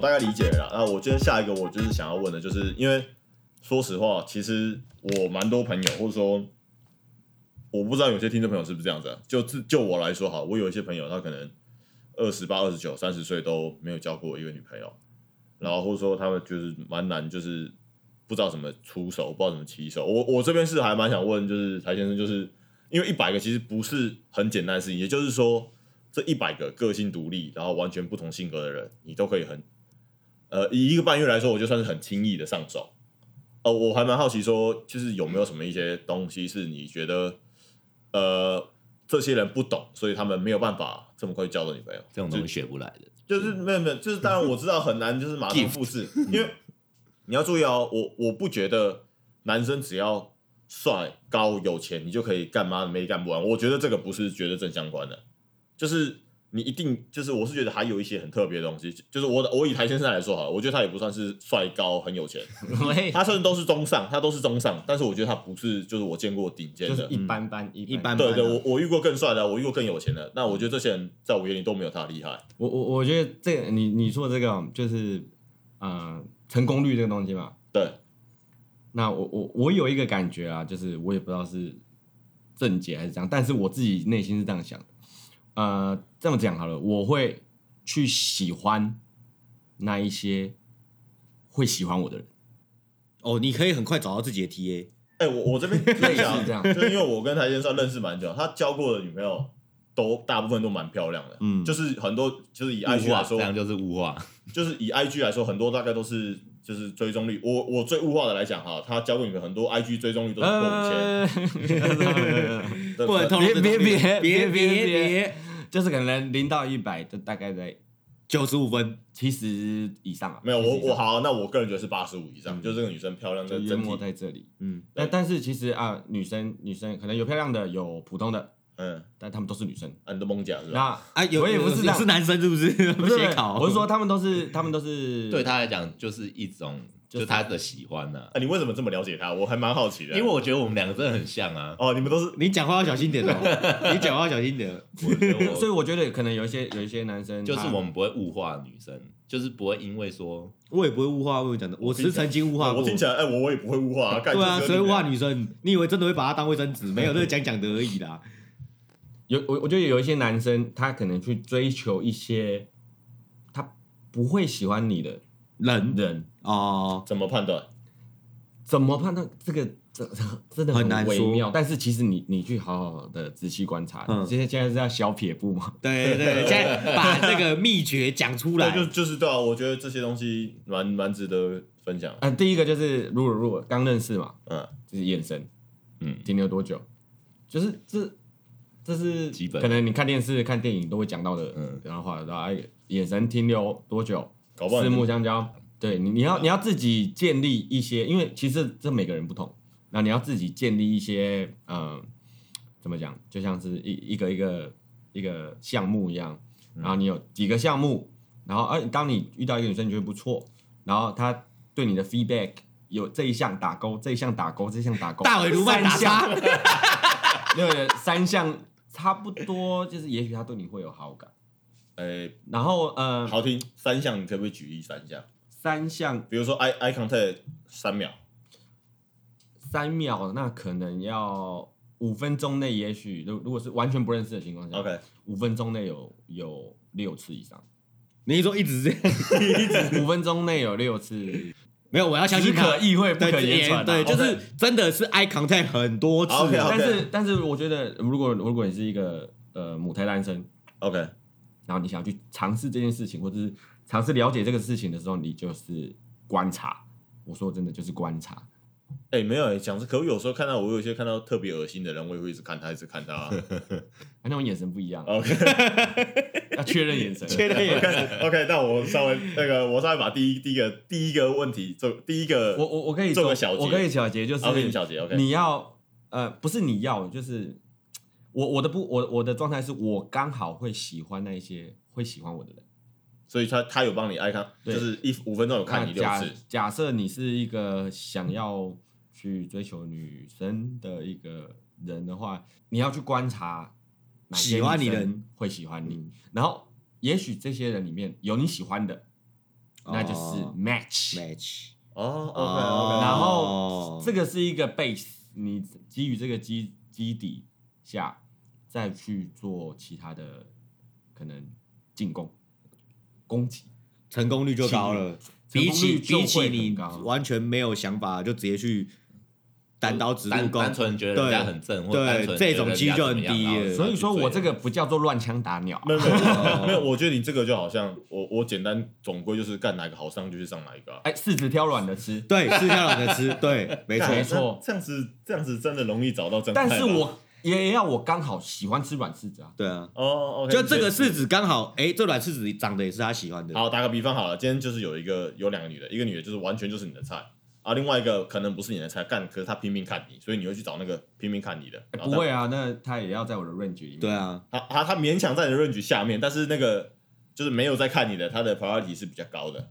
大概理解了啦。那我觉得下一个我就是想要问的，就是因为说实话，其实我蛮多朋友，或者说我不知道有些听众朋友是不是这样子、啊。就自就我来说，好，我有一些朋友，他可能二十八、二十九、三十岁都没有交过一个女朋友，然后或者说他们就是蛮难，就是不知道怎么出手，不知道怎么起手。我我这边是还蛮想问，就是柴先生，就是因为一百个其实不是很简单的事情，也就是说。这一百个个性独立，然后完全不同性格的人，你都可以很，呃，以一个半月来说，我就算是很轻易的上手。呃，我还蛮好奇说，就是有没有什么一些东西是你觉得，呃，这些人不懂，所以他们没有办法这么快就交到女朋友，这种东西学不来的。就是没有没有，就是当然我知道很难，就是马上复制，因为你要注意哦，我我不觉得男生只要帅、高、有钱，你就可以干嘛没干不完。我觉得这个不是绝对正相关的。就是你一定就是我是觉得还有一些很特别的东西，就是我我以台先生来说好了，我觉得他也不算是帅高很 有钱，喂他甚至都是中上，他都是中上，但是我觉得他不是就是我见过顶尖就是的。一般般，一一般对对，我我遇过更帅的，我遇过更有钱的。那我觉得这些人在我眼里都没有他厉害。我我我觉得这个你你说的这个就是，呃，成功率这个东西嘛。对，那我我我有一个感觉啊，就是我也不知道是正解还是怎样，但是我自己内心是这样想的。呃，这么讲好了，我会去喜欢那一些会喜欢我的人。哦，你可以很快找到自己的 TA，哎，我我这边分享类似这样就是因为我跟台先生认识蛮久，他交过的女朋友都大部分都蛮漂亮的，嗯就是很多就是以物 IG 化来啊这说，样就是物化，就是以 IG 来说，很多大概都是就是追踪率。我我最物化的来讲哈，他交过女朋友很多 IG 追踪率都是过五千、呃， 对不能透露这别种别别别别别别，就是可能零到一百，就大概在九十五分，七十以上啊。没有我70我以上好，那我个人觉得是八十五以上，嗯就这个女生漂亮就跟淹整没体，在这里。嗯，但但是其实啊，女生女生可能有漂亮的，有普通的，嗯，但她们都是女生。啊你的梦甲是吧？那啊，有我也不是这有样是男生是不是？ 不写考，我是说她们都是她们都嗯是对他来讲就是一种就就是是他的喜欢呐、啊，你为什么这么了解她？我还蛮好奇的。啊因为我觉得我们两个真的很像啊，哦，你们都是你讲话要小心 点哦，你讲话要小心点。我觉得 所以我我觉得可能有一些有一些男生就是他我们不会物化女生，就是不会因为说我也不会物化，我跟你讲的，我只是曾经物化我过。听起来，哎，我我也不会物化，干对啊，就是谁会物化女生？你以为真的会把她当卫生纸？没有，那是讲讲的而已啦。有我我觉得有一些男生他可能去追求一些他不会喜欢你的人人，哦，怎么判断？怎么判断这个？这这真的很难微说妙，但是其实你你去好好的仔细观察，嗯现在现在是要小撇步吗？ 对对，对现在把这个秘诀讲出来对，。就就是对啊，我觉得这些东西蛮蛮值得分享。呃，第一个就是如果如果刚认识嘛，嗯，就是眼神，嗯停留多久，就是这这是基本可能你看电视、看电影都会讲到的，嗯嗯，然后话，然后哎眼神停留多久，搞不好四你目相交，对你你要对啊你要自己建立一些，因为其实这每个人不同，那你要自己建立一些，嗯、怎么讲，就像是一一个一个一个项目一样，嗯然后你有几个项目，然后哎、当你遇到一个女生你觉得不错，然后她对你的 feedback 有这一项打勾，这一项打勾，这一项打勾，大尾鲈鳗打三叉项，，对对，三项差不多，就是也许她对你会有好感，哎，然后呃，好听三项，你可不可以举例三项？三项比如说 eye eye contact 三秒，三秒，那可能要五分钟内，也许如如果是完全不认识的情况下 OK 五分钟内有有六次以上，你说一直这样，五分钟内有六次，没有，我要相信只他可。意 会不对可言传啊、对，就 OK 是真的是 eye contact 很多次。哦 OK，好但是但是我觉得，如果如果你是一个呃母胎单身， OK，然后你想要去尝试这件事情，或者是尝试了解这个事情的时候，你就是观察。我说真的就是观察，哎、没有、欸，讲是，可我有时候看到我有一些看到特别恶心的人，我也会一直看他，一直看他、 啊那种眼神不一样， OK 要确认眼神。确认 OK，OK，那我稍微那个，我稍微把第一第一个第一个问题做第一个，我我我可以做个总小结我可以小结就是 OK，你小结 OK 你要呃不是你要，就是我我的不我我的状态是我刚好会喜欢那一些会喜欢我的人。所以他他有帮你爱看，对就是一五分钟有看你那六假次，假设你是一个想要去追求女生的一个人的话，你要去观察哪些喜欢女你的生会喜欢你，然后也许这些人里面有你喜欢的，那就是哦 match。 match，哦哦，OK，OK，然后这个是一个 base，你基于这个基基底下再去做其他的可能进攻、攻击，成功率就高了。成比功起率就比起会很你高。完全没有想法就直接去单刀直入单攻，单纯觉得人家很正，或者对单纯这种机几率就很低耶所以说我这个不叫做乱枪打鸟，啊没有没哦有没有，我觉得你这个就好像我我简单总归就是干哪个好上就去上哪一个啊。哎，柿子挑软的吃。对，是要懒得吃， 对，没错干，没错这样子这样子真的容易找到正派但吧。是我也要我刚好喜欢吃软柿子啊，对啊，哦，OK，就这个柿子刚好，哎，这软柿子长得也是他喜欢的，好，打个比方好了，今天就是有一个有两个女的，一个女的就是完全就是你的菜啊，另外一个可能不是你的菜，干，可是她拼命看你，所以你会去找那个拼命看你的。哎然不后会啊，那他也要在我的 range 里面。对，啊，但，她她她勉强在你的 range 下面，但是那个就是没有在看你的，她的 priority 是比较高的，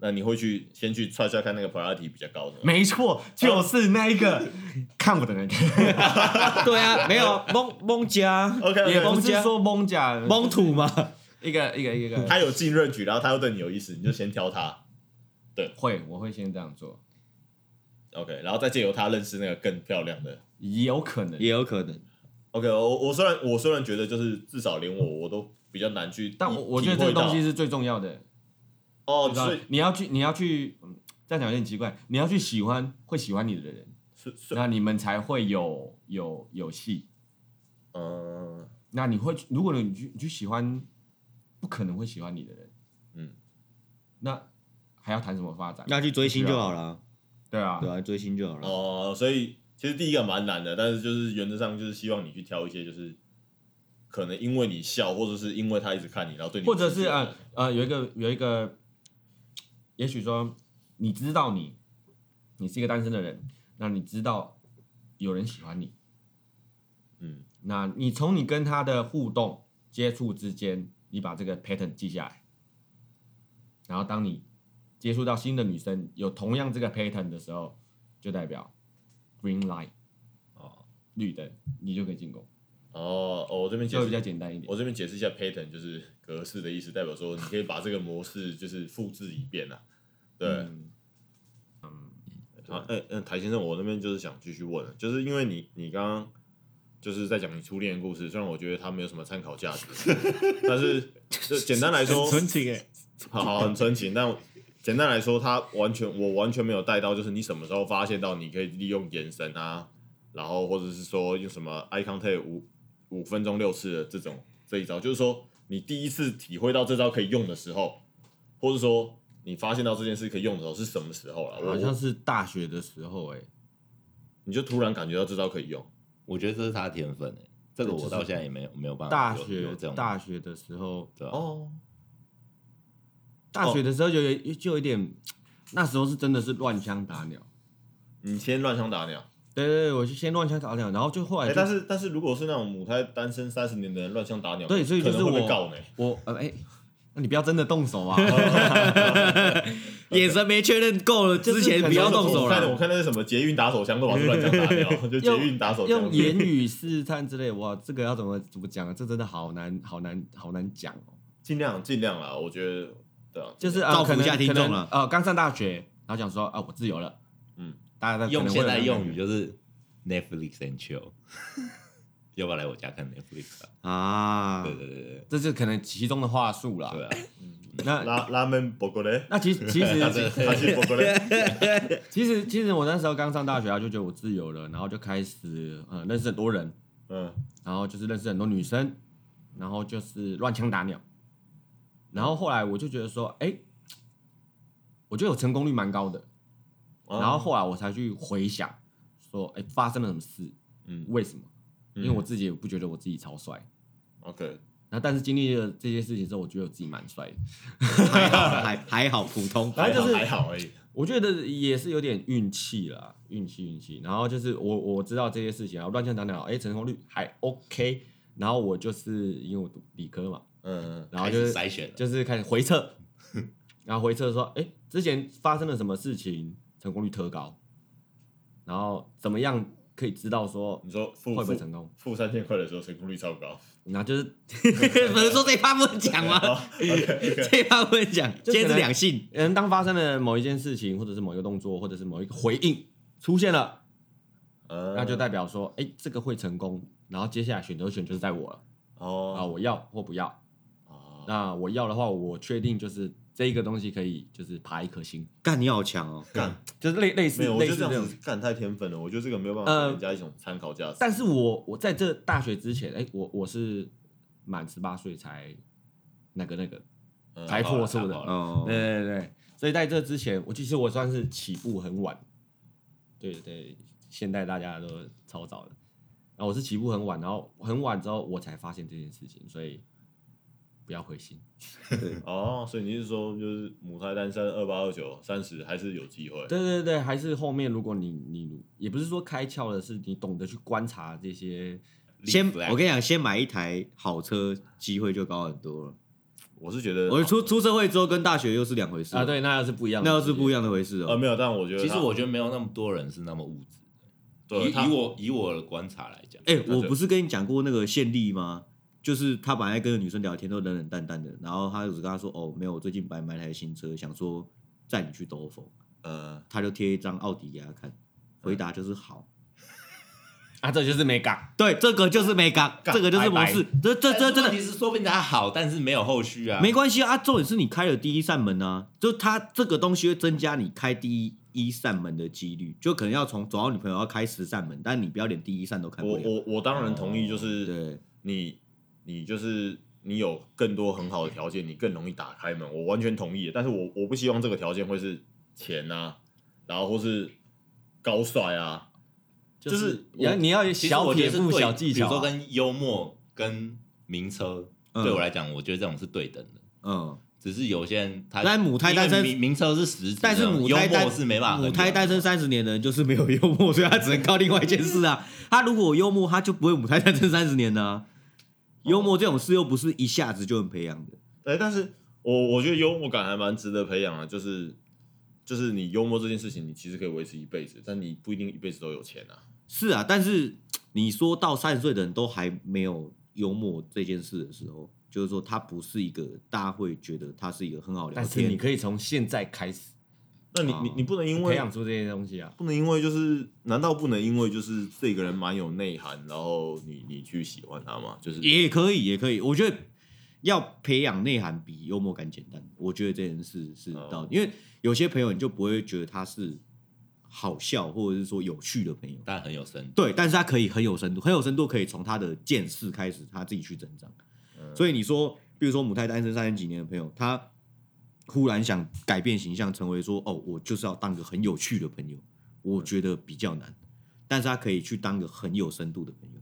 那你会去先去踹踹看那个 priority 比较高的。没错，就是那一个看我的人，对啊，没有蒙 蒙家 OK，, o 也 k 不蒙是家说蒙甲蒙土嘛，一个一个一个她有进 range，然后她又对你有意思，你就先挑她会，我会先这样做， ，OK，然后再借由她认识那个更漂亮的。也有可能也。有可能， OK，我我虽然我虽然觉得就是至少连我我都比较难去体，但我我觉得这体会个到东西是最重要的，哦，知道所以你要去你要去，嗯这样讲有点奇怪，你要去喜欢会喜欢你的人，所以所以那你们才会有有有戏。嗯那你会去，如果你去你去喜欢，不可能会喜欢你的人，嗯，那还要谈什么发展？那去追星就好了，对啊，对啊，追星就好了，哦，所以其实第一个蛮难的，但是就是原则上就是希望你去挑一些就是可能因为你笑，或者是因为他一直看你，然后对你或者有兴趣是呃呃，有一个有一个，也许说你知道你你是一个单身的人，那你知道有人喜欢你，嗯那你从你跟他的互动接触之间，你把这个 pattern 记下来，然后当你接触到新的女生有同样这个 pattern 的时候，就代表 green light 哦，绿灯，你就可以进攻，哦哦，我这边解呃就比较释，简单一点。我这边解释一下 pattern 就是格式的意思，代表说你可以把这个模式就是复制一遍啊。对，嗯好，哎、嗯、台先生，我那边就是想继续问，就是因为你你刚刚就是在讲你初恋的故事，虽然我觉得它没有什么参考价值，但是 就简单来说，情哎，好好很纯情，但简单来说，它完全我完全没有带到，就是你什么时候发现到你可以利用眼神啊，然后或者是说用什么 eye contact 五五分钟六次的这种这一招，就是说你第一次体会到这招可以用的时候，或者说你发现到这件事可以用的时候是什么时候了？我好像是大学的时候、欸，哎，你就突然感觉到这招可以用。我觉得这是他的天分诶，这个我到现在也没有没有办法大啊有学有这种大学的时候，对吧哦，大学的时候就有就有一点，那时候是真的是乱枪打鸟。你先乱枪打鸟。对对对，我就先乱枪打鸟，然后就后来哎、就、但是但是如果是那种母胎单身三十年的人乱枪打鸟，对所以就可是能会被我告呢。我呃哎，那你不要真的动手啊！ 眼神没确认够了，之前不要动手我看我了，看那是什么捷运打手枪，都把是乱枪打鸟，就捷运打手枪。用言语试探之类，哇，这个要怎么怎么讲啊？这真的好难，好难，好难讲哦。 尽量尽量啦，我觉得对啊，就是尽量呃，造福可能一下听众可能啊呃，刚上大学，然后讲说啊，我自由了，嗯嗯，大家用现在用语语就是 Netflix and chill，要不要来我家看 Netflix 啊？啊对，对对对这是可能其中的话术啦。对啊！那拉拉面博格嘞，那其实其实他是博格 嘞，其实其实我那时候刚上大学啊，就觉得我自由了，然后就开始嗯认识很多人，嗯，然后就是认识很多女生，然后就是乱枪打鸟，然后后来我就觉得说，哎、我觉得我成功率蛮高的，啊 然后后来我才去回想，说，哎、发生了什么事？嗯为什么？因为嗯我自己也不觉得我自己超帅， OK，然后但是经历了这些事情之后，我觉得我自己蛮帅的，啊还好还还好普通，反正就是还好还好而已。我觉得也是有点运气啦，运气运气。然后就是我我知道这些事情啊，乱枪打鸟，哎、成功率还 OK，然后我就是因为我读理科嘛，嗯，然后就是开始筛选了，就是开始回测，然后回测说，哎、之前发生了什么事情，成功率特高，然后怎么样可以知道说嗯你说付会不会付成功？ 付三千块的时候成功率超高，然后就是 哦不是说这一趴不能讲吗？这一趴不能讲，就可能今天是两性，人当发生了某一件事情，或者是某一个动作，或者是某一个回应出现了，嗯 那就代表说，哎、这个会成功。然后接下来选择权就是在我了啊，哦我要或不要。哦那我要的话，我确定就是这一个东西可以就是爬一颗星，干你好强 哦！干就是类类似没有，我类觉得似这这样种子。干太天分了，我觉得这个没有办法呃给人家一种参考价值。但是我我在这大学之前，哎、我我是满十八岁才那个那个嗯才破处的，好了哦，对对对，所以在这之前，我其实我算是起步很晚，对对，现在大家都超早的，然后我是起步很晚，然后很晚之后我才发现这件事情，所以不要灰心，哦，所以你是说就是母胎单身二八二九三十还是有机会？对对对，还是后面如果你你也不是说开窍的是你懂得去观察这些，先 Flag 我跟你讲，先买一台好车，机会就高很多了。我是觉得，我出出社会之后跟大学又是两回事啊，，对，那又是不一样的那世界，又是不一样的回事呃哦。没有，但我觉得他，其实我觉得没有那么多人是那么物质。对以他以我以我的观察来讲，哎，那我就不是跟你讲过那个县例吗？就是他本来跟女生聊天都冷冷淡淡的，然后他只跟她说：“哦，没有，我最近买买台新车，想说载你去兜风。呃”他就贴一张奥迪给她看，回答就是好。啊，这就是美感，对，这个就是美感，干这个就是模式，这这但这是真的问题是说不定他好，但是没有后续啊。没关系啊，重点是你开了第一扇门啊，就它这个东西会增加你开第一一扇门的几率，就可能要从找到女朋友要开十扇门，但你不要连第一扇都开不我了。我我当然同哦意，就是对，你你就是你有更多很好的条件，你更容易打开门，我完全同意。但是我我不希望这个条件会是钱啊，然后或是高帅啊，就是是你要你要有其实小我觉撇得是步对小技巧比如啊、说跟幽默、跟名车，嗯对我来讲，我觉得这种是对等的。嗯，只是有些人他，但母胎单身因为名名车是实质的，但是母幽胎单默是没办法衡量的。母胎单身三十年的人就是没有幽默，所以他只能靠另外一件事 啊。他如果有幽默，他就不会母胎单身三十年呢、啊幽默这种事又不是一下子就能培养的。哎，但是我我觉得幽默感还蛮值得培养的，就是就是你幽默这件事情，你其实可以维持一辈子，但你不一定一辈子都有钱啊。是啊，但是你说到三十岁的人都还没有幽默这件事的时候，就是说他不是一个大家会觉得他是一个很好聊但是你天。可以从现在开始那你你哦你不能因培为养出这些东西啊。不能因为就是，难道不能因为就是这个人蛮有内涵，然后你你去喜欢他吗？就是也可以，也可以，我觉得要培养内涵比幽默感简单。我觉得这件事是嗯哦到，因为有些朋友你就不会觉得他是好笑或者是说有趣的朋友，但很有深度。对，但是他可以很有深度，很有深度可以从他的见识开始，他自己去增长。嗯所以你说，比如说母胎单身三十几年的朋友，他忽然想改变形象，成为说哦，我就是要当个很有趣的朋友，我觉得比较难。但是他可以去当个很有深度的朋友，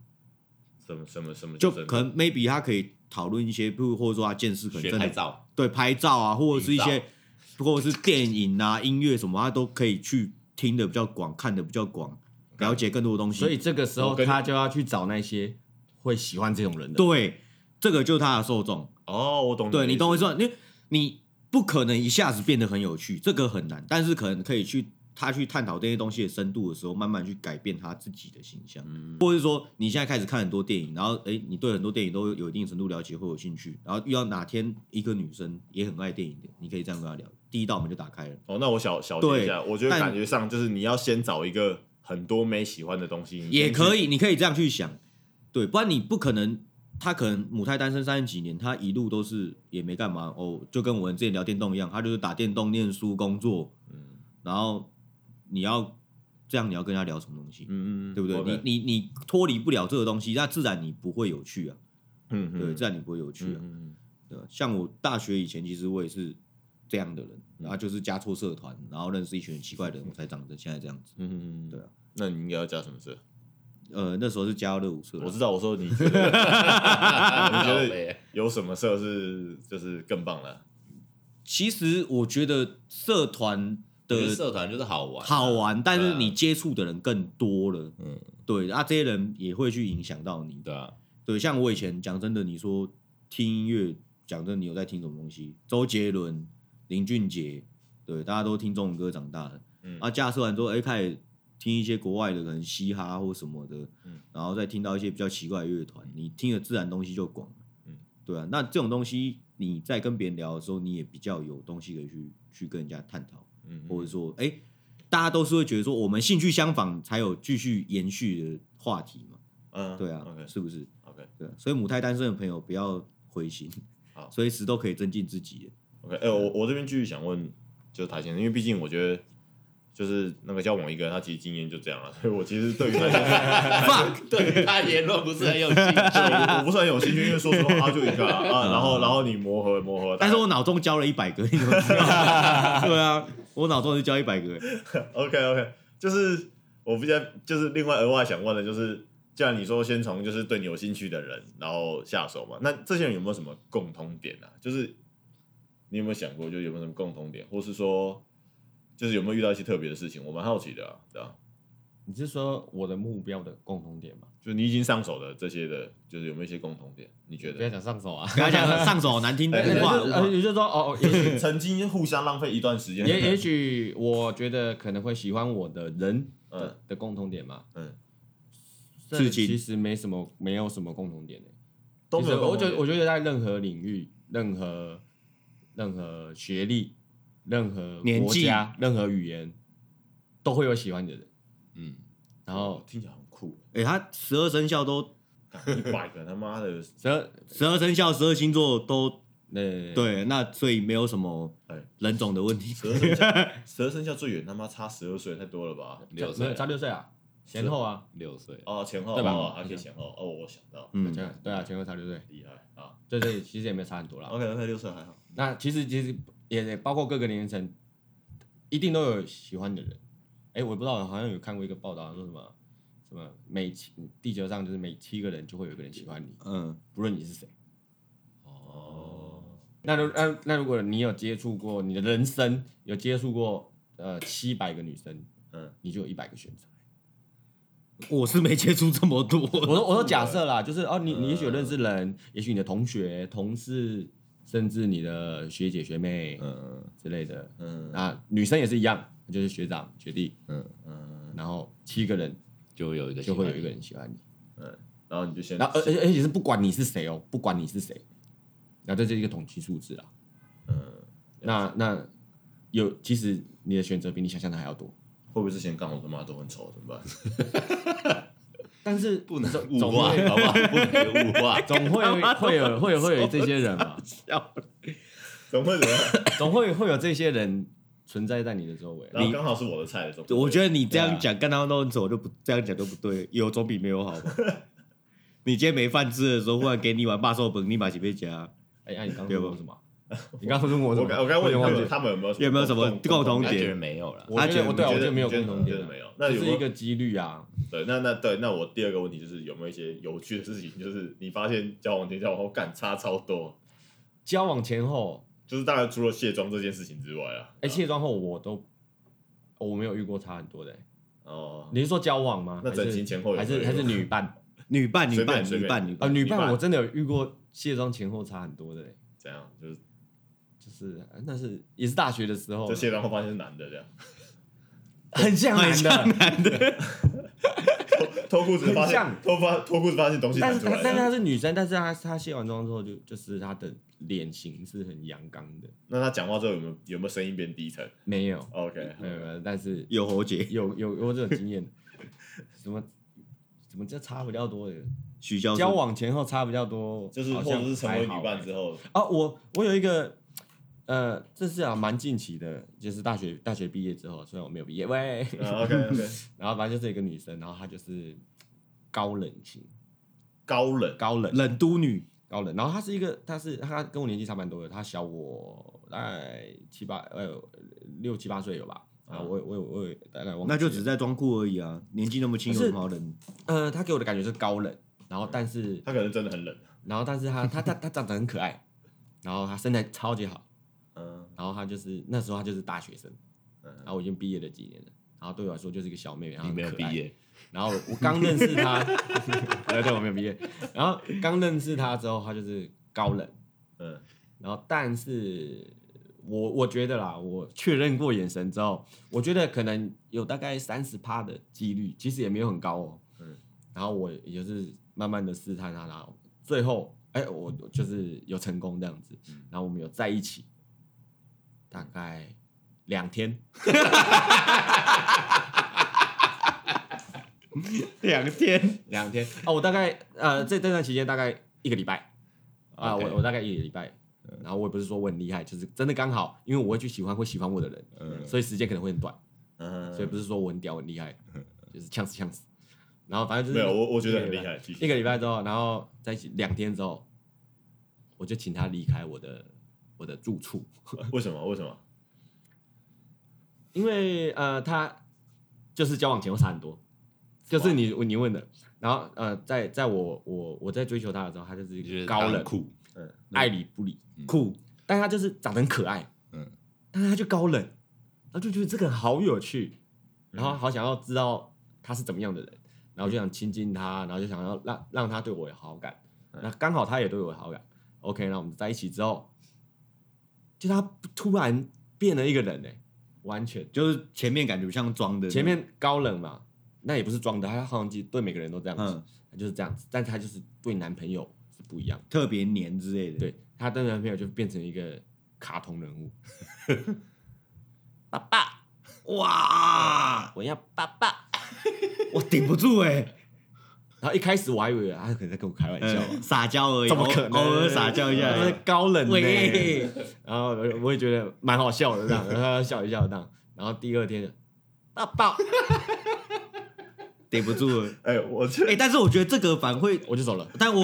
什么什么什么就真的可能 maybe 他可以讨论一些，比如或者说他见识可能学真拍 的照，对拍照啊，或者是一营些或者是电影啊、音乐什么，他都可以去听的比较广，看的比较广，了解更多的东西。所以这个时候我跟你他就要去找那些会喜欢这种人的。对，这个就是他的受众。哦，我懂的意思，对你懂我意思吗？因为你不可能一下子变得很有趣，这个很难，但是可能可以去他去探讨这些东西的深度的时候，慢慢去改变他自己的形象，或者说你现在开始看很多电影，然后诶，你对很多电影都有一定程度了解，会有兴趣，然后遇到哪天一个女生也很爱电影的，你可以这样跟她聊，第一道门就打开了。哦，那我小小结一下，我觉得但感觉上就是你要先找一个很多妹喜欢的东西，也可以。以，你可以这样去想，对，不然你不可能，他可能母胎单身三十几年，他一路都是也没干嘛哦，就跟我们之前聊电动一样，他就是打电动、念书、工作，嗯然后你要这样，你要跟他聊什么东西，嗯嗯，对不对？ OK 你你你脱离不了这个东西，那自然你不会有趣啊，嗯嗯对，自样然你不会有趣啊，嗯对吧像我大学以前，其实我也是这样的人，嗯然后就是加错社团，然后认识一群很奇怪的人，我才长成现在这样子。嗯嗯，对啊。那你应该要加什么色？呃，那时候是加热舞社啦，我知道，我说你觉得你觉靠得北有什么色是就是更棒了？其实我觉得社团我觉得的社团就是啊好玩，好玩，但对是啊你接触的人更多了，嗯，对啊，这些人也会去影响到你。对啊，对，像我以前讲真的，你说听音乐，讲真的，你有在听什么东西？周杰伦、林俊杰，对，大家都听中文歌长大的。嗯啊，架设完之后，哎，开始听一些国外的可能嘻哈或什么的，嗯然后再听到一些比较奇怪的乐团，嗯你听的自然东西就广了，嗯对啊，那这种东西你在跟别人聊的时候，你也比较有东西可以去去跟人家探讨，嗯，或者说，哎、大家都是会觉得说我们兴趣相仿才有继续延续的话题嘛，嗯，哎对啊，OK 是不是？ OK 对啊，所以母胎单身的朋友不要灰心好，随时都可以增进自己。 OK，哎、啊我我这边继续想问，就是台先生，因为毕竟我觉得。就是那个交往一个人，他其实经验就这样了，所以我其实对于台先 生 Fuck， 对他言论不是很有 兴趣。我我不是很有兴趣，因为说实话，他就一个啊，啊然后然后你磨合磨合，但是我脑中教了一百个，你怎么知道？ 对啊，我脑中就教一百个。 OK OK，就是我比较就是另外额外想问的，就是既然你说先从就是对你有兴趣的人然后下手嘛，那这些人有没有什么共通点啊？就是你有没有想过，就有没有什么共通点，或是说就是有没有遇到一些特别的事情？我蛮好奇的、啊，对吧、你是说我的目标的共同点吗？就你已经上手的这些的，就是有没有一些共同点？你觉不要得？讲上手啊，不要讲 上手好难听哎的也话，就是物呃化也就是说，哦，哦也许曾经互相浪费一段时间， 也也许我觉得可能会喜欢我的人的、嗯的共同点嘛，嗯，这至今其实没什么，没有什么共同点的、都没其实有共我同觉点。得我觉得在任何领域、任何任何学历、任何年国纪家、任何语言，都会有喜欢你的人。嗯，然后听起来很酷，哎，他十二生肖都一百个他妈的，十二十二生肖、十二星座都呃，对，那所以没有什么哎人种的问题。十二生肖，十二生肖最远他妈差十二岁太多了吧？这六没岁有差六岁啊，前后啊，六岁，哦，前后对吧哦，还可以前后哦，我想到，嗯，前对啊，前后差六岁，厉害啊对对，其实也没差很多啦。 ！OK OK，六岁还好，那其实其实也也包括各个年龄层，一定都有喜欢的人。哎，我不知道，好像有看过一个报道，说什么什么每七地球上就是每七个人就会有一个人喜欢你，嗯，不论你是谁。哦，那如那那如果你有接触过你的人生有接触过呃七百个女生，嗯，你就有一百个选择。我是没接触这么多。我说我说假设啦，就是哦，你你也许有认识人，也许你的同学、同事，甚至你的学姐、学妹嗯之类的。嗯那女生也是一样，就是学长、学弟，嗯，嗯，然后七个人就有一个就会有喜欢一个人喜欢你，然后你就先，然后呃而而而且是不管你是谁哦，不管你是谁，然后这是一个统计数字啦。嗯，那那有其实你的选择比你想象的还要多，会不会之前刚好他妈都很丑，怎么办？ 但是不能。物化，好不好？不能物化总会 干嘛会有会有会有这些人嘛，怎么会怎么 样？总会会有这些人存在在你的周围。然后刚好是我的菜的时候，我觉得你这对样啊讲，跟他们都很丑，就不这样讲就不对，有总比没有好吧？ 你今天没饭吃的时候，忽然给你碗霸寿本，立马几倍加，哎，哎，你刚刚问我什么？你刚刚问我什我么？刚我刚问他有点忘们记。他们有没有有没有什么共同他点觉得没有了，我觉觉得得我对啊你觉我觉得得没有你觉得共同点觉啊得，没有那这有没是有一个几率啊。对，那那对，那我第二个问题就是有没有一些有趣的事情，就是你发现交往前交往后干差超多，交往前后，就是当然除了卸妆这件事情之外啊，哎，卸妆后我都我没有遇过差很多的。欸哦，你是说交往吗？那整形前后有还是没有还是女伴 女伴女随便伴随女便伴女啊？伴，女女伴伴我真的有遇过卸妆前后差很多的，欸怎样就是就是那是也是大学的时候就，卸妆后发现是男的这样。很像很男像的，男的。 脱裤子发很现像脱发脱裤子发现东西但弹是出她来但是了，她是女生，但是她她卸完妆之后就就是她的脸型是很阳刚的，那他讲话之后有没有有没有声音变低沉没有？OK，没有没有，但是有喉结，有有有这种经验，什么怎么叫差比较多的？徐教授交往前后差比较多，就是好或像者是成为还好女伴之后，啊，我我有一个，呃，这是啊蛮近期的，就是大学大学毕业之后，虽然我没有毕业， 喂， OK 啊哎 OK，然后反正就是一个女生，然后她就是高冷型，高冷高冷冷都女，高冷，然后她是一个，她是她跟我年纪差蛮多的，她小我大概七八呃六七八岁有吧，啊，嗯我有我有我有大概忘那就记只了在装酷而已啊，年纪那么轻，有可是什么好冷？呃，她给我的感觉是高冷，然后但是嗯他可能真的很冷，然后但是她她她她长得很可爱，然后她身材超级好，嗯然后她就是那时候她就是大学生。然嗯，后我已经毕业了几年了，然后对我来说就是一个小妹妹，然你后很没有可毕爱。业，然后我刚认识她， 对对，我没有毕业。然后刚认识她之后，她就是高冷，嗯然后但是我我觉得啦，我确认过眼神之后，我觉得可能有大概三十趴的几率，其实也没有很高哦。嗯嗯，然后我也是慢慢的试探他，然后最后哎、我我就是有成功这样子，然后我们有在一起，大概两天，两天， 两天哦，我大概呃这这段期间大概一个礼拜啊 OK 我我大概一个礼拜。然后我也不是说我很厉害，就是真的刚好，因为我会去喜欢会喜欢我的人，嗯所以时间可能会很短。嗯，所以不是说我很屌很厉害， 就是呛死呛死。然后反正就没是有，我我觉得很一个厉礼拜害，其一实个礼拜之后，然后在一起两天之后，我就请他离开我的我的住处，为什么？为什么？因为呃，他就是交往前会差很多，就是你你问的。然后呃，在在我我我在追求他的时候，他就是你觉得一个他高很冷、酷，爱理不理，酷，嗯但他就是长得很可爱，嗯，但是他就高冷，然后就觉得这个人好有趣，然后好想要知道他是怎么样的人，然后就想亲近他，然后就想要让让他对我有好感，嗯那刚好他也对我有好感，OK，那我们在一起之后，就他突然变了一个人呢、欸完全就是前面感觉像装的，前面高冷嘛，那也不是装的，他好像其实对每个人都这样子，嗯他就是这样子，但他就是对男朋友是不一样的，特别黏之类的，，对他对男朋友就变成一个卡通人物， 爸爸。哇，我要爸爸。我顶不住哎、然后一开始我还以为他可能在跟我开玩笑，嗯撒娇而已，怎么可能？偶偶尔撒娇 一下他而是已。高冷呢、喂，然后我我也觉得蛮好笑的，这样，然后他笑一笑这样。然后第二天，爸爸，顶不住了。哎，我这哎、但是我觉得这个反会，我就走了。但我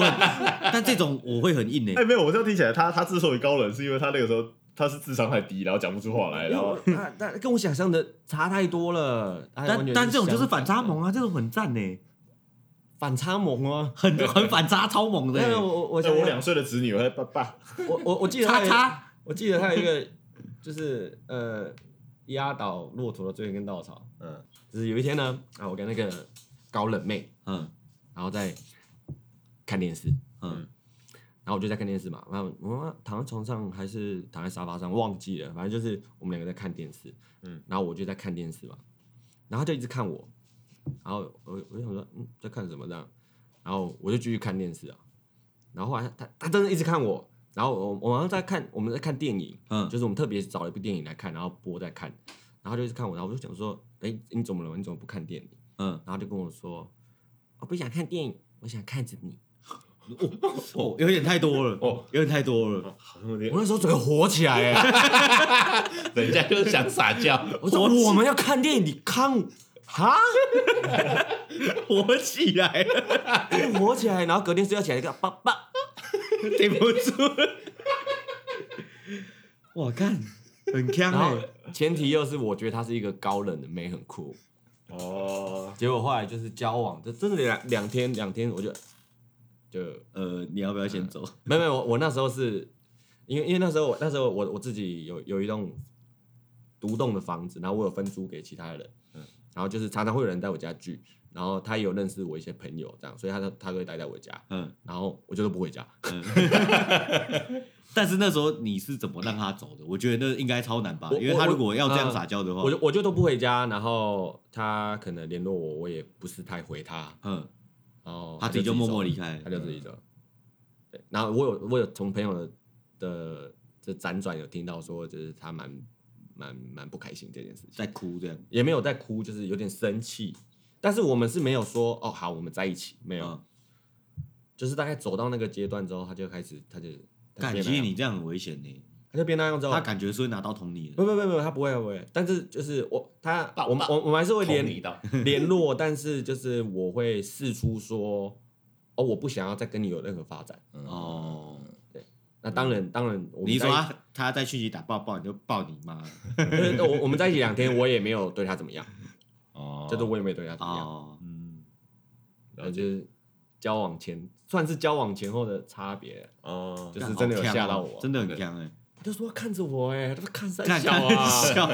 但这种我会很硬哎、哎没有，我这样听起来，他他之所以高冷，是因为他那个时候他是智商太低，然后讲不出话来，然后他他跟我想象的差太多了。他完但全但这种就是相反反差的萌啊，这种很赞呢、反差萌哦。很很反差超萌的、对，我欸。我我哎想我两岁的侄女，我在爸爸，我我我 记得他叉有叉，我记得他有一个 就是呃压倒骆驼的最后一根稻草，嗯就是有一天呢啊，我跟那个高冷妹，嗯然后再看电视，嗯然后我就在看电视嘛，然后我妈躺在床上还是躺在沙发上，忘记了，反正就是我们两个在看电视，嗯嗯，然后我就在看电视嘛，然后她就一直看我，然后我我就想说，嗯，在看什么这样，然后我就继续看电视啊，然后后来她她她真的一直看我，然后我我好像在看我们在看电影，嗯，就是我们特别找了一部电影来看，然后播在看，然后她就一直看我，然后我就想说，哎，你怎么了？你怎么不看电影？嗯，然后就跟我说，我不想看电影，我想看着你。哦，有点太多了，哦有点太多了。 哦好像有点我那时候整个火起来哎，人家就是想撒娇， 我说我们要看电影，你看我哈，火起来了，整个火起来，然后隔天睡觉起来一个爸爸，顶不住了。哇，看，很强然后哎、前提又是我觉得她是一个高冷的妹，很酷。哦，结果后来就是交往，这真的两两天两天我就就呃，你要不要先走？没有没有，我我那时候是因为因为那时候我那时候我我自己有有一栋独栋的房子，然后我有分租给其他人，嗯然后就是常常会有人在我家聚，然后他也有认识我一些朋友这样，所以他都他都会待在我家，嗯，然后我就都不回家， 但是那时候你是怎么让他走的？我觉得那应该超难吧，我因为他我如果要这样嗯撒娇的话，我就我就都不回家，然后他可能联络我，我也不是太回他，嗯，然后他自己就默默离开，开嗯他。就自己走了。对，然后我有我有从朋友的的这辗转有听到说，就是他蛮蛮蛮不开心这件事情。在哭这样，也没有在哭，就是有点生气。但是我们是没有说哦好，我们在一起没有，嗯就是大概走到那个阶段之后，他就开始，他就他就变感那觉样你这样很危险欸呢。他就变那样之后，他感觉是会拿刀捅你不的，不不不，他不会他不会，但是就是我他爸我们我我们还是会哦捅你一联刀，联络，但是就是我会试出说哦我不想要再跟你有任何发展。嗯哦，那当然当然，我们嗯你一在说啊他他在讯息打抱抱，你就抱你妈就是我我们在一起两天，我也没有对他怎么样，哦，就是我也没有对他怎么样。哦，嗯，了然后解就是交往前，算是交往前后的差别，哦就是真的有吓到我。真的很强哎，他就说看着我、欸，哎，他说看三看小看啊， 笑，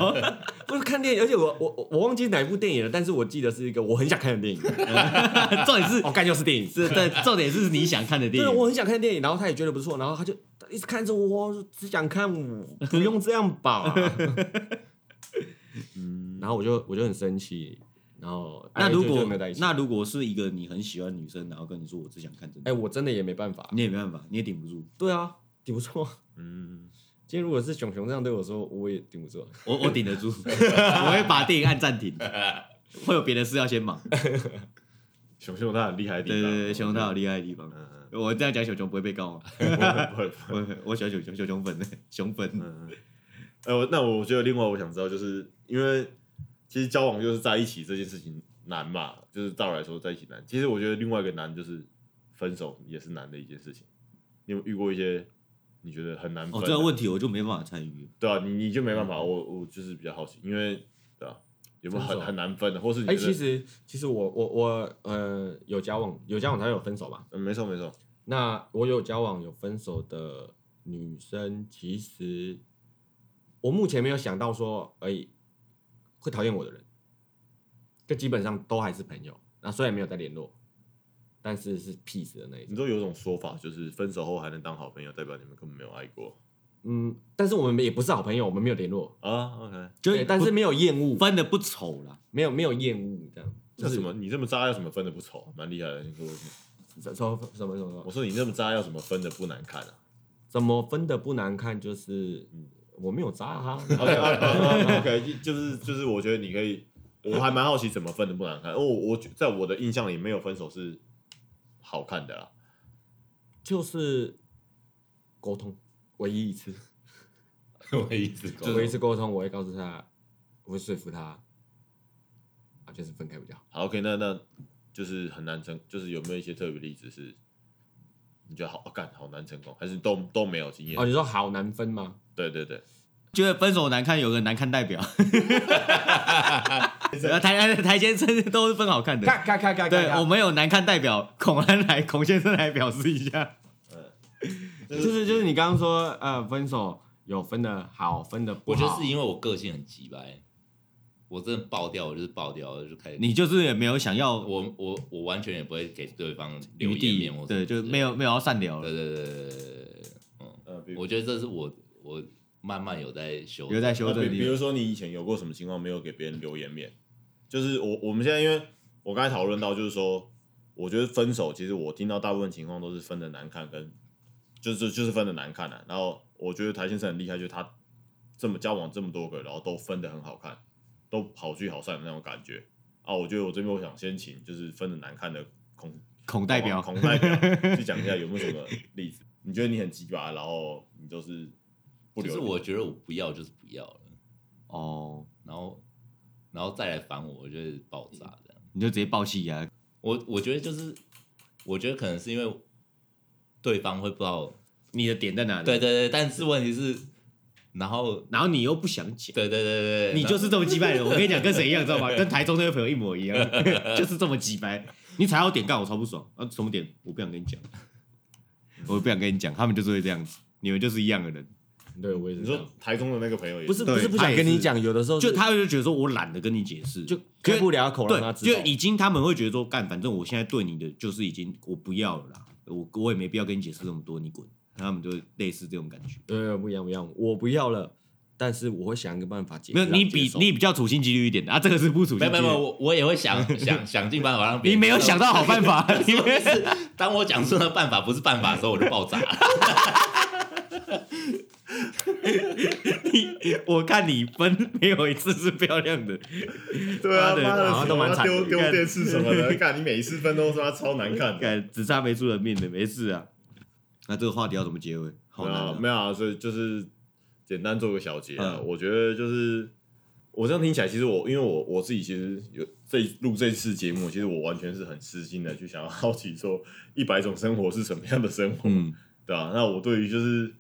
不是看电影，而且我我我我忘记哪一部电影了，但是我记得是一个我很想看的电影，重点 是哦，干又是电影，是对，重点是你想看的电对，影，我很想看电影，然后他也觉得不错，然后他就一直看着我，只想看我，不用这样 吧。然后我就我就很生气，然后嗯那哎如就果就没有在一起，那如果是一个你很喜欢的女生，然后跟你说我只想看真哎、的，我真的也没办法。你也没办法，你也顶 不住。对啊，顶不住啊。嗯，今天如果是熊熊这样对我说，我也顶不住啊。我我顶得住， 我会把电影按暂 停，会有别的事要先忙。熊熊他很厉害的地对对方，对，熊熊他有厉害的地方。嗯我这样讲熊熊不会被告吗？啊不会不会。我我喜欢熊熊熊熊粉的熊粉，嗯，哎，我那我觉得另外我想知道，就是因为其实交往就是在一起这件事情难嘛，就是照来说在一起难。其实我觉得另外一个难就是分手也是难的一件事情。你有遇过一些你觉得很难分哦，的？这个问题我就没办法参与。对啊，你你就没办法，我我就是比较好奇，因为对啊，有没有分很手很难分啊的，或是你哎、觉得其实其实我我我呃有交往有交往才有分手嘛，嗯没错没错，那我有交往有分手的女生，其实我目前没有想到说，哎、会讨厌我的人，就基本上都还是朋友。那虽然没有在联络，但是是 peace 的那一你种。都有一种说法，就是分手后还能当好朋友，代表你们根本没有爱过嗯，但是我们也不是好朋友，我们没有联络，啊。OK，就是对，但是没有厌恶，分的不丑啦，没有没有厌恶这样。那就是什么？你这么渣要怎么分的不丑？啊蛮厉害的，你说什么什么什么我说你这么渣要怎么分的不难看啊怎么分的不难看，就是嗯我没有渣哈、 ？OK OK OK，就是就是我觉得你可以，我还蛮好奇怎么分的不难看。哦，我觉在我的印象里没有分手是好看的啦。就是沟通，唯一一次。我一直搞我一次沟通，我会告诉他，我会说服他，啊，就是分开比较好。好，OK，那那就是很难成，就是有没有一些特别例子是你觉得好啊干、好难成功，还是都都没有经验？哦，你说好难分吗？对对对，觉得分手难看，有个难看代表。呃台台台先生都是分好看的，咔咔咔咔对我们有难看代表，孔安来孔先生来表示一下。就是就是你刚刚说，呃，分手有分的好，分的不我好，觉得是因为我个性很急白，我真的爆掉，我就是爆掉，我就开始你就是也没有想要我我我完全也不会给对方留余颜地面或，什么之对，就类的没有没有要善聊对了，对对对对对对，嗯，呃，比我觉得这是我我慢慢有在修，留在修那正比比如里。说你以前有过什么情况没有给别人留颜面？就是我我们现在因为我刚才讨论到，就是说，我觉得分手其实我听到大部分情况都是分的难看跟，就是就是分的难看啊。然后我觉得台先生很厉害，就是他这么交往这么多个，然后都分的很好看，都好聚好散的那种感觉啊。我觉得我这边我想先请就是分的难看的孔孔代表，孔代表去讲一下有没有什么例子？你觉得你很鸡巴，然后你就是不就留是脸我觉得我不要就是不要了，哦，然后然后再来烦我，我就会爆炸这样。你就直接爆气啊！我我觉得就是，我觉得可能是因为对方会不知道，你的点在哪里？对对，对，但是问题是，然后然后你又不想讲，对对对对，你就是是这么鸡掰的人。我跟你讲，跟谁一样，知道吗？跟台中那位朋友一模一样， 就是这么鸡掰。你踩到点干，我超不爽。啊，什么点？我不想跟你讲，我不想跟你讲。他们就是会这样子，你们就是一样的人。对我也是你这说样。台中的那个朋友也不是对不是不想跟你讲，有的时候就是他就觉得说我懒得跟你解释，就因为开不了口让他啊对，知就道。已经他们会觉得说，干，反正我现在对你的就是已经我不要了啦，我我也没必要跟你解释这么多，你滚。他们就类似这种感觉。呃，不一样不一样，我不要了，但是我会想一个办法解决。没有，你让接比受你比较处心积虑一点的啊，这个是不处没心有没积有没虑有，。我我也会想 想想尽办法让别你人没 有想到好办法，你没有当我讲出那办法不是办法的时候，我就爆炸了。你 我看你分没有一次是漂亮的， 对啊，妈的妈的，好像都蛮惨的丢丢干电视什么 的，看你每一次分都他妈超难看的。敢只差没出人命的，没事啊。那这个话题要怎么结尾？好没有难、啊啊，没有啊，所以就是简单做个小结啊。嗯我觉得就是我这样听起来，其实我因为我我自己其实有这一录这次节目，其实我完全是很私心的去想要 好奇说一百种生活是什么样的生活，嗯对啊，那我对于就是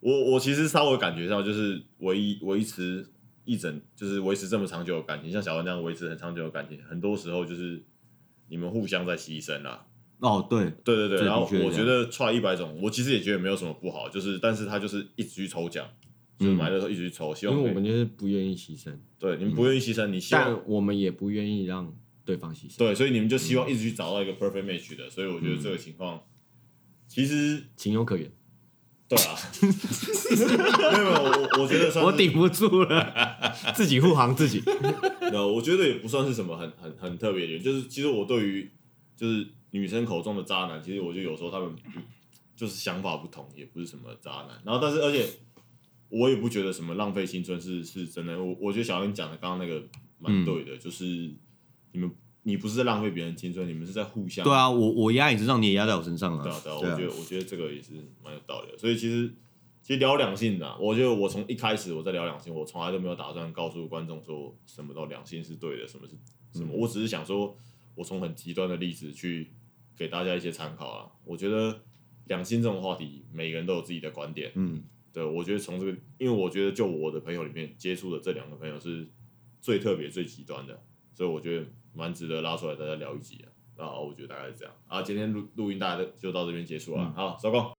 我我其实稍微感觉到，就是维一维持一整就是维持这么长久的感情，像小文那样维持很长久的感情，很多时候就是你们互相在牺牲啊啦、哦，对，对对这对，的然后确是我觉这样得踹一百种，我其实也觉得没有什么不好，就是但是他就是一直去抽奖，就是嗯买的时候一直去抽，希因望可为以我们就是不愿意牺牲，对你们不愿意牺牲，你希嗯望但我们也不愿意让对方牺牲。对，所以你们就希嗯望一直去找到一个 perfect match 的，所以我觉得这个情况其实情有可原。对啊， 没有没有，我我觉得算我是顶不住了，自己护航自己。那我觉得也不算是什么很很很特别的原因，就是其实我对于就是女生口中的渣男，其实我就有时候他们就是想法不同，也不是什么渣男。然后，但是而且我也不觉得什么浪费青春是是真的。我我觉得小英讲的刚刚那个嗯蛮对的，就是你们你不是在浪费别人青春，你们是在互相对啊，我我压你身上，你也压在我身上啊对啊，对啊，我对啊觉得我觉得这个也是蛮有道理的。所以其实其实聊两性啊，我觉得我从一开始我在聊两性，我从来都没有打算告诉观众说什么都两性是对的，什么是什嗯么。我只是想说，我从很极端的例子去给大家一些参考啊。我觉得两性这种话题，每个人都有自己的观点。嗯，对，我觉得从这个，因为我觉得就我的朋友里面接触的这两个朋友是最特别、最极端的，所以我觉得蛮值得拉出来大家聊一集啊。啊，我觉得大概是这样啊。今天录录音大家就到这边结束了，好，收工。